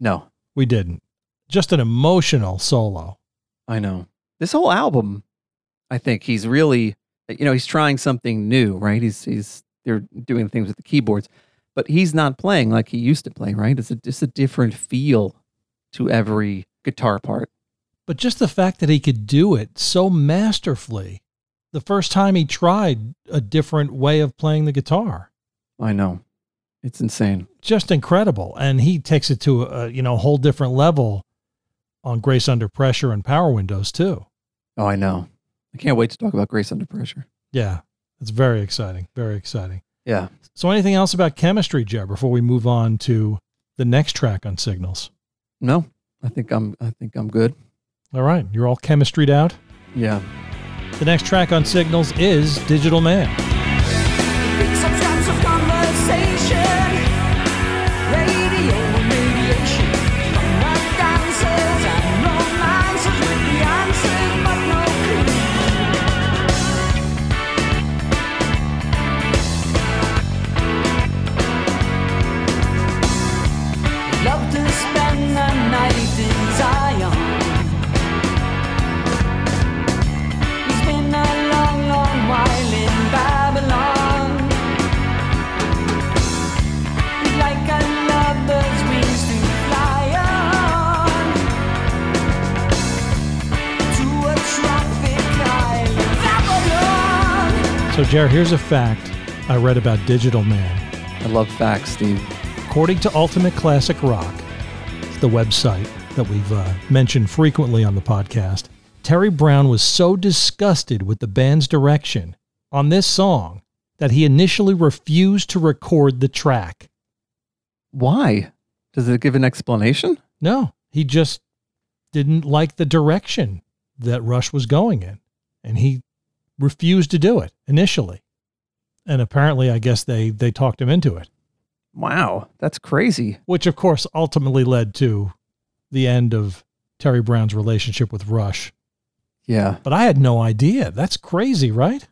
No, We didn't. Just an emotional solo. I know. This whole album, I think he's really, you know, he's trying something new, right? He's, he's, they're doing things with the keyboards, but he's not playing like he used to play, right? It's a, just a different feel to every guitar part. But just the fact that he could do it so masterfully the first time he tried a different way of playing the guitar. I know. It's insane. Just incredible. And he takes it to a you know whole different level on Grace Under Pressure and Power Windows too. Oh, I know. I can't wait to talk about Grace Under Pressure. Yeah. It's very exciting. Very exciting. Yeah. So anything else about chemistry, Jeb, before we move on to the next track on Signals? No, I think I'm, I think I'm good. All right, you're all chemistried out. Yeah. The next track on Signals is Digital Man. Love to spend the night in Zion. He's been a long, long while in Babylon. He's like a lover's wings to fly on to a tropic island, Babylon. So, Jared, here's a fact I read about Digital Man. I love facts, Steve. According to Ultimate Classic Rock, it's the website that we've uh, mentioned frequently on the podcast, Terry Brown was so disgusted with the band's direction on this song that he initially refused to record the track. Why? Does it give an explanation? No, he just didn't like the direction that Rush was going in. And he refused to do it initially. And apparently, I guess they, they talked him into it, Wow, that's crazy. which of course ultimately led to the end of Terry Brown's relationship with Rush. Yeah. But I had no idea. That's crazy, right?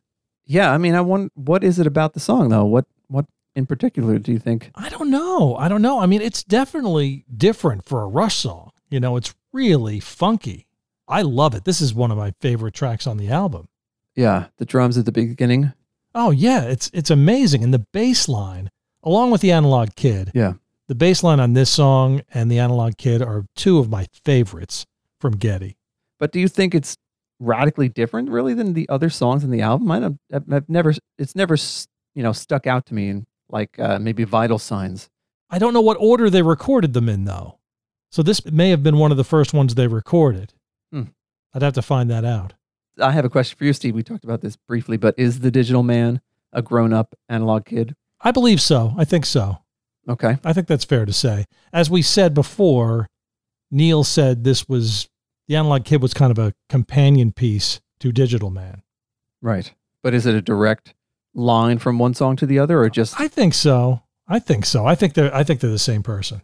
Yeah, I mean, I want. What is it about the song though? What what in particular do you think? I don't know. I don't know. I mean, it's definitely different for a Rush song. You know, it's really funky. I love it. This is one of my favorite tracks on the album. Yeah, the drums at the beginning. Oh yeah, it's it's amazing. And the bass line, along with the analog kid. Yeah. The bass line on this song and the analog kid are two of my favorites from Getty. But do you think it's radically different, really, than the other songs in the album? I don't. I've, I've never. It's never. s- You know, stuck out to me in like uh, maybe Vital Signs. I don't know what order they recorded them in though. So this may have been one of the first ones they recorded. Hmm. I'd have to find that out. I have a question for you, Steve. We talked about this briefly, but is the Digital Man a grown up analog kid? I believe so. I think so. Okay. I think that's fair to say. As we said before, Neil said this was the analog kid was kind of a companion piece to Digital Man. Right. But is it a direct line from one song to the other, or just I think so. I think so. I think they're I think they're the same person.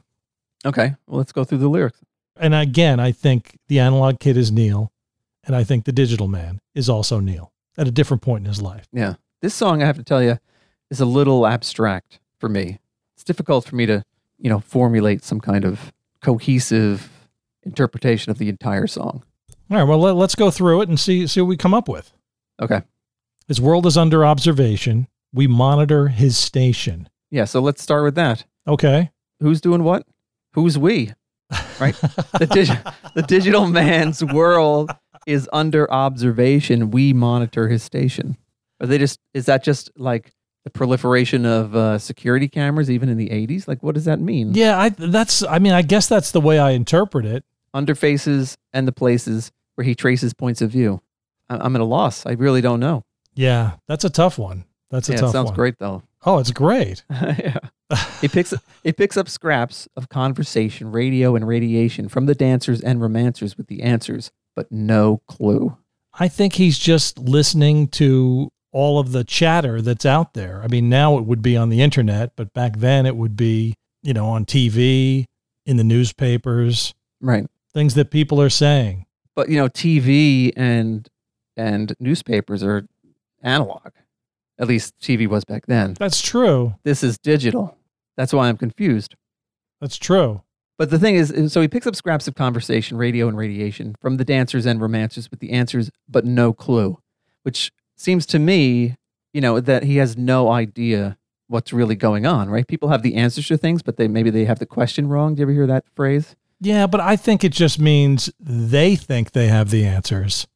okay? Well, let's go through the lyrics. And again, I think the analog kid is Neil, and I think the digital man is also Neil at a different point in his life. Yeah. This song, I have to tell you, is a little abstract for me. It's difficult for me to, you know, formulate some kind of cohesive interpretation of the entire song. All right, well let, let's go through it and see see what we come up with. Okay. His world is under observation. We monitor his station. Yeah. So let's start with that. Okay. Who's doing what? Who's we? Right? the, dig- the digital man's world is under observation. We monitor his station. Are they just, is that just like the proliferation of uh, security cameras even in the 80s? Like, what does that mean? Yeah, I that's I mean, I guess that's the way I interpret it. underfaces and the places where he traces points of view. I- I'm at a loss. I really don't know. Yeah, that's a tough one. That's a yeah, tough it sounds one. great though. Oh, it's great. yeah. It picks it picks up scraps of conversation, radio, and radiation from the dancers and romancers with the answers, but no clue. I think he's just listening to all of the chatter that's out there. I mean, now it would be on the internet, but back then it would be, you know, on TV, in the newspapers, Right. things that people are saying. But you know, TV and and newspapers are analog. At least TV was back then. That's true. This is digital. That's why I'm confused. That's true. But the thing is, is- so he picks up scraps of conversation, radio, and radiation from the dancers and romancers with the answers, but no clue, which seems to me, you know, that he has no idea what's really going on, right? People have the answers to things, but they maybe they have the question wrong. Do you ever hear that phrase? Yeah, but I think it just means they think they have the answers,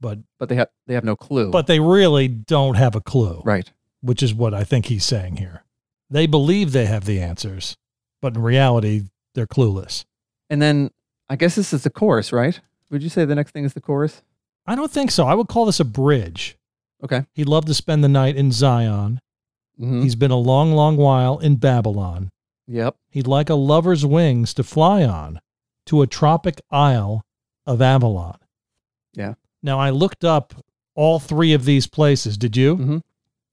but But they have they have no clue. but they really don't have a clue, right, which is what I think he's saying here. They believe they have the answers, but in reality, they're clueless. and then I guess this is the chorus, right? Would you say the next thing is the chorus? I don't think so. I would call this a bridge. Okay. He loved to spend the night in Zion. Mm-hmm. He's been a long, long while in Babylon. Yep. He'd like a lover's wings to fly on to a tropic isle of Avalon. Yeah. Now, I looked up all three of these places. Did you? Mhm.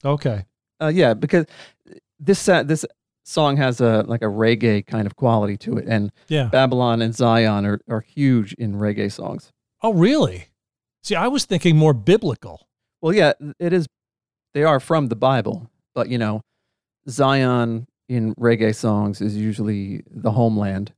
Okay. Uh, yeah, because this uh, this song has a like a reggae kind of quality to it, and Yeah. Babylon and Zion are, are huge in reggae songs. Oh, really? See, I was thinking more biblical. Well, yeah, it is. They are from the Bible, but you know, Zion in reggae songs is usually the homeland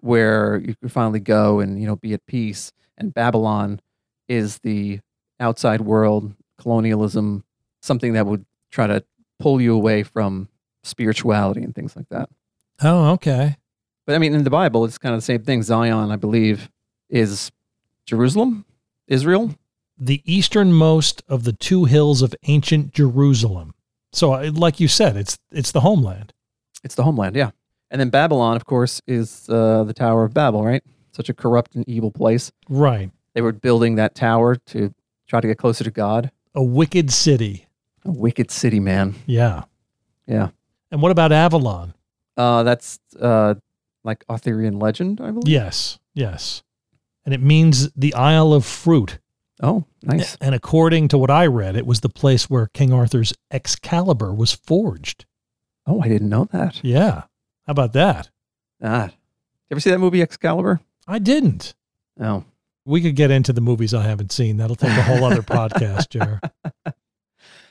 where you can finally go and you know be at peace. And Babylon is the outside world, colonialism, something that would try to pull you away from spirituality and things like that. Oh, okay. But I mean, in the Bible, it's kind of the same thing. Zion, I believe, is Jerusalem, Israel. The easternmost of the two hills of ancient Jerusalem. So, I- like you said, it's it's the homeland. It's the homeland, yeah. And then Babylon, of course, is uh, the Tower of Babel, right? Such a corrupt and evil place. Right. They were building that tower to try to get closer to God. A wicked city. A wicked city, man. Yeah. Yeah. And what about Avalon? Uh, that's uh, like Arthurian legend, I believe. Yes, yes. And it means the Isle of Fruit. Oh, nice. And according to what I read, it was the place where King Arthur's Excalibur was forged. Oh, I didn't know that. Yeah. How about that? Ah. You ever see that movie Excalibur? I didn't. Oh. We could get into the movies I haven't seen. That'll take a whole other podcast, Jer.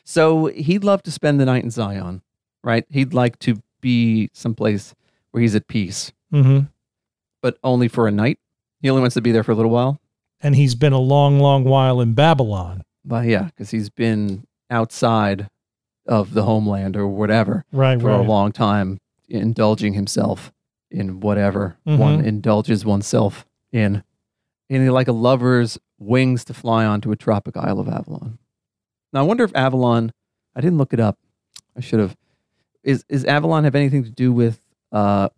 So he'd love to spend the night in Zion, right? He'd like to be someplace where he's at peace, hmm but only for a night. He only wants to be there for a little while. And he's been a long, long while in Babylon. But yeah, because he's been outside of the homeland or whatever Right, for a right. long time, indulging himself in whatever one Mhm. indulges oneself in. And he like a lover's wings to fly onto a tropic isle of Avalon. Now I wonder if Avalon I didn't look it up. I should have. Is is Avalon have anything to do with uh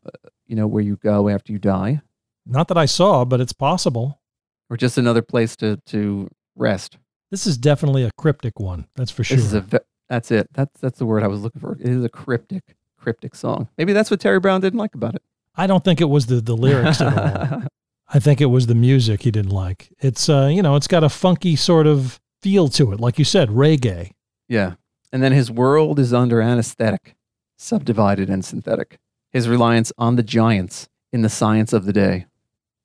you know where you go after you die? Not that I saw, but it's possible. Or just another place to to rest? This is definitely a cryptic one. That's for sure. This is a ve- that's it. That's that's the word I was looking for. It is a cryptic cryptic song. Maybe that's what Terry Brown didn't like about it. I don't think it was the, the lyrics at all. I think it was the music he didn't like. It's uh, you know, it's got a funky sort of feel to it, like you said, reggae. yeah. And then his world is under anesthetic, subdivided and synthetic. His reliance on the giants in the science of the day.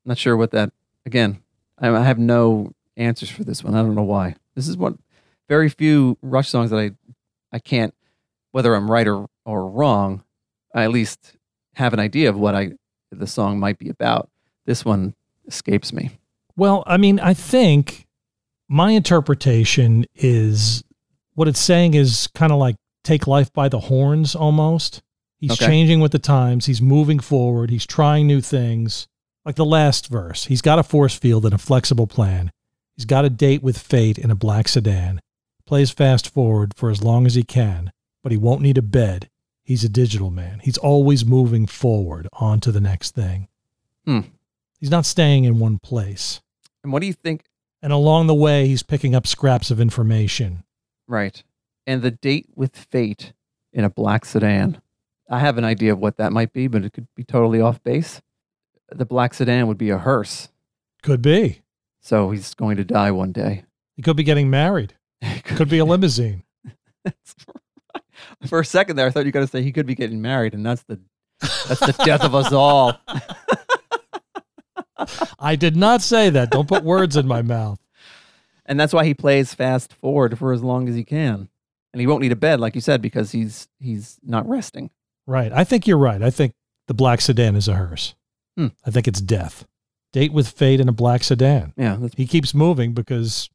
Not sure what that again. I, I have no answers for this one. I don't know why. This is one very few Rush songs that I I can't whether I'm right or or wrong. I at least have an idea of what I the song might be about. This one escapes me. Well, I mean, I think my interpretation is what it's saying is kind of like take life by the horns almost. He's Okay. changing with the times, he's moving forward, he's trying new things. Like the last verse, he's got a force field and a flexible plan. He's got a date with fate in a black sedan. Plays fast forward for as long as he can, but he won't need a bed. He's a digital man. He's always moving forward on to the next thing. Hmm. He's not staying in one place. And what do you think? And along the way, he's picking up scraps of information. Right. And the date with fate in a black sedan. I have an idea of what that might be, but it could be totally off base. The black sedan would be a hearse, Could be. so he's going to die one day. He could be getting married. Could be a limousine. For a second there, I thought you were going to say he could be getting married, and that's the that's the death of us all. I did not say that. Don't put words in my mouth. And that's why he plays fast forward for as long as he can. And he won't need a bed, like you said, because he's he's not resting. Right. I think you're right. I think the black sedan is a hearse. Hmm. I think it's death. Date with fate in a black sedan. Yeah, that's, He keeps moving because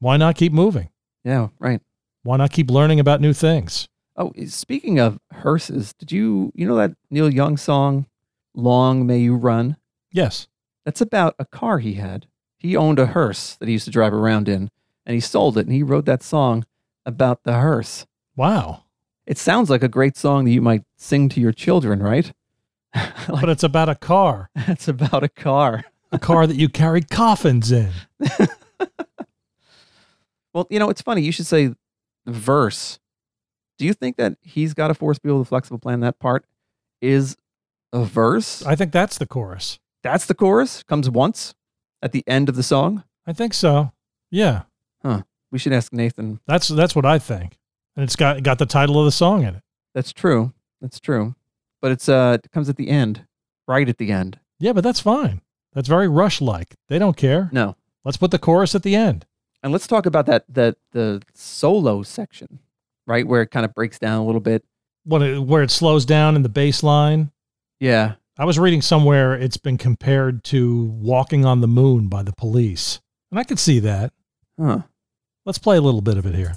why not keep moving? yeah, right. Why not keep learning about new things? Oh, speaking of hearses, did you you know that Neil Young song "Long May You Run"? Yes. That's about a car he had. He owned a hearse that he used to drive around in, and he sold it, and he wrote that song about the hearse. Wow. It sounds like a great song that you might sing to your children, right? like But it's about a car, that's about a car. a car that you carry coffins in. Well, you know, it's funny. You should say verse. Do you think that he's got to force people to flexible plan? That part is a verse. I think that's the chorus. That's the chorus. Comes once at the end of the song. I think so. Yeah. We should ask Nathan. That's that's what I think. And it's got got the title of the song in it. That's true. That's true. But it's uh, it comes at the end, right at the end. Yeah, but that's fine. That's very rush like. They don't care. No. Let's put the chorus at the end. And let's talk about that the the solo section, right where it kind of breaks down a little bit. When it, where it slows down in the bass line. Yeah. I was reading somewhere it's been compared to Walking on the Moon by the police. And I could see that. Huh. Let's play a little bit of it here.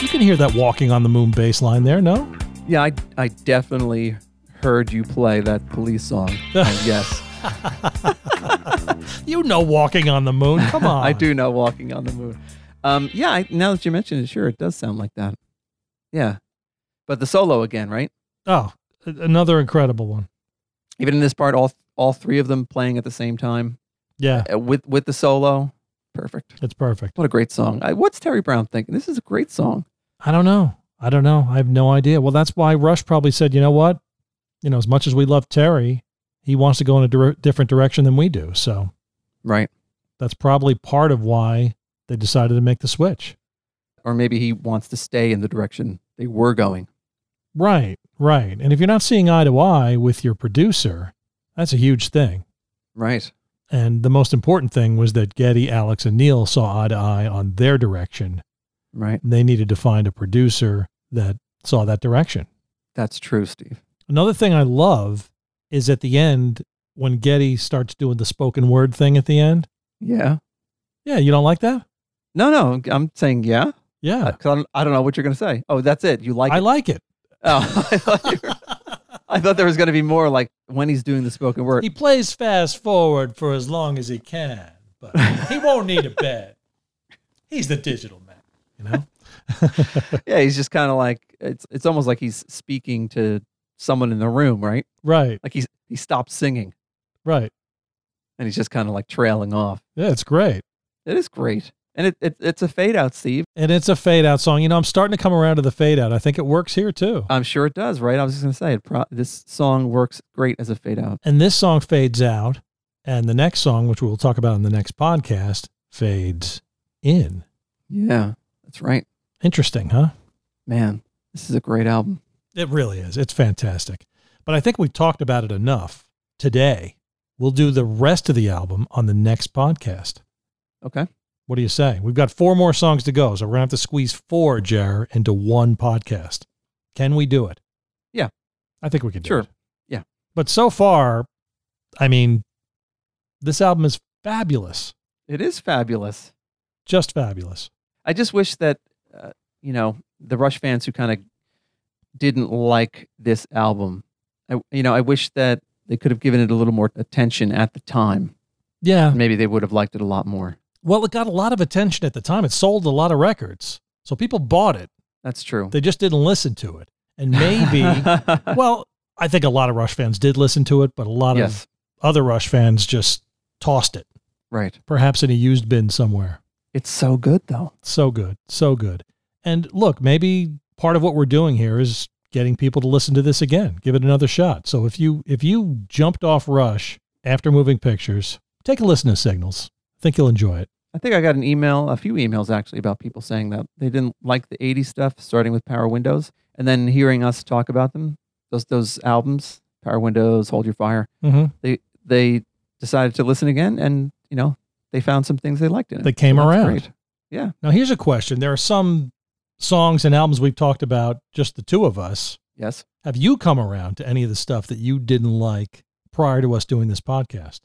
You can hear that walking on the moon bass line there, no? Yeah. I I definitely heard you play that police song. Uh, yes. You know walking on the moon. Come on. I do know walking on the moon. Um, yeah, I, now that you mention it, sure, it does sound like that. Yeah, but the solo again, right? Oh, a- another incredible one. Even in this part, all all three of them playing at the same time Yeah, uh, with with the solo, perfect. it's perfect. What a great song! I, what's Terry Brown thinking? This is a great song. I don't know. I don't know. I have no idea. Well, that's why Rush probably said, you know what? You know, as much as we love Terry, he wants to go in a dir- different direction than we do. So Right. that's probably part of why they decided to make the switch. Or maybe he wants to stay in the direction they were going. Right, right. And if you're not seeing eye to eye with your producer, that's a huge thing. Right. And the most important thing was that Getty, Alex, and Neil saw eye to eye on their direction. Right. They needed to find a producer that saw that direction. That's true, Steve. Another thing I love is at the end when Getty starts doing the spoken word thing at the end. Yeah. Yeah, you don't like that? No, no. I'm saying yeah. Yeah, 'cause I don't, I don't know what you're gonna say. Oh, that's it. You like I it? like it. oh, I thought you were- I thought there was going to be more like when he's doing the spoken word. he plays fast forward for as long as he can, but he won't need a bed. He's the digital man, you know? yeah, he's just kind of like it's it's almost like he's speaking to someone in the room, right? Right, Like he's he stopped singing right. and he's just kind of like trailing off. Yeah, it's great. It is great. And it, it it's a fade out, Steve. And it's a fade out song. You know, I'm starting to come around to the fade out. I think it works here too. I'm sure it does, right? I was just going to say it pro- this song works great as a fade out. And this song fades out, and the next song, which we'll talk about in the next podcast, fades in. Yeah. That's right. Interesting, huh? Man, this is a great album. It really is. It's fantastic. But I think we've talked about it enough today. We'll do the rest of the album on the next podcast. Okay. What do you say? We've got four more songs to go, so we're going to have to squeeze four, Jar, into one podcast. Can we do it? Yeah. I think we can do Sure. it. Yeah. But so far, I mean, this album is fabulous. It is fabulous. Just fabulous. I just wish that uh, you know the Rush fans who kind of didn't like this album. I, you know, I wish that they could have given it a little more attention at the time. Yeah. Maybe they would have liked it a lot more. Well, it got a lot of attention at the time. It sold a lot of records. So people bought it. That's true. They just didn't listen to it. And maybe. well, I think a lot of Rush fans did listen to it, but a lot yes, of other Rush fans just tossed it, right. perhaps in a used bin somewhere. It's so good though. So good. So good. And look, maybe part of what we're doing here is getting people to listen to this again, give it another shot. So if you if you jumped off Rush after moving pictures, take a listen to Signals. I think you'll enjoy it. I think I got an email, a few emails actually, about people saying that they didn't like the 80s stuff, starting with Power Windows, and then hearing us talk about them, those those albums, Power Windows, Hold Your Fire. Mm-hmm. They they decided to listen again, and you know they found some things they liked in it. They came that's around. great. Now here's a question. There are some songs and albums we've talked about, just the two of us. Yes, Have you come around to any of the stuff that you didn't like prior to us doing this podcast?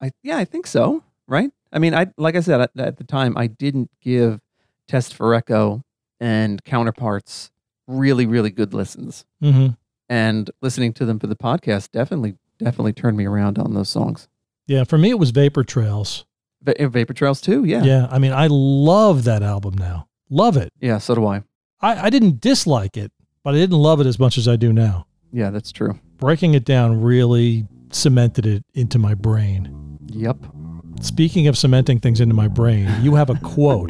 I yeah, I think so. Right? I mean, I like I said at, at the time, I didn't give Test for Echo and Counterparts really really good listens, Mm-hmm. and listening to them for the podcast definitely definitely turned me around on those songs. Yeah, for me it was Vapor Trails. Va- Vapor Trails too. Yeah. Yeah. I mean, I love that album now. Love it. Yeah, so do I. I, I didn't dislike it, but I didn't love it as much as I do now. Yeah, that's true. Breaking it down really cemented it into my brain. Yep. Speaking of cementing things into my brain, you have a quote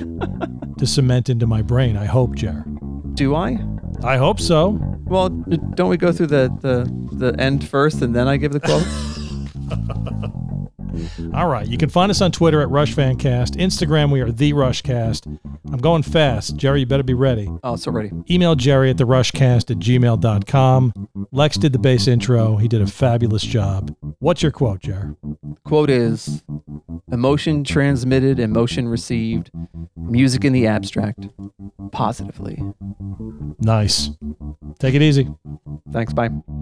to cement into my brain. I hope, Jer. Do I? I hope so. Well, d- don't we go through the, the, the end first and then I give the quote? All right. You can find us on Twitter at RushFanCast. Instagram, we are the RushCast. I'm going fast. Jerry, you better be ready. oh, so ready. Email Jerry at the rushcast at gmail.com. Lex did the bass intro. He did a fabulous job. What's your quote, Jer? Quote is emotion transmitted, emotion received, music in the abstract, positively. Nice. Take it easy. Thanks. Bye.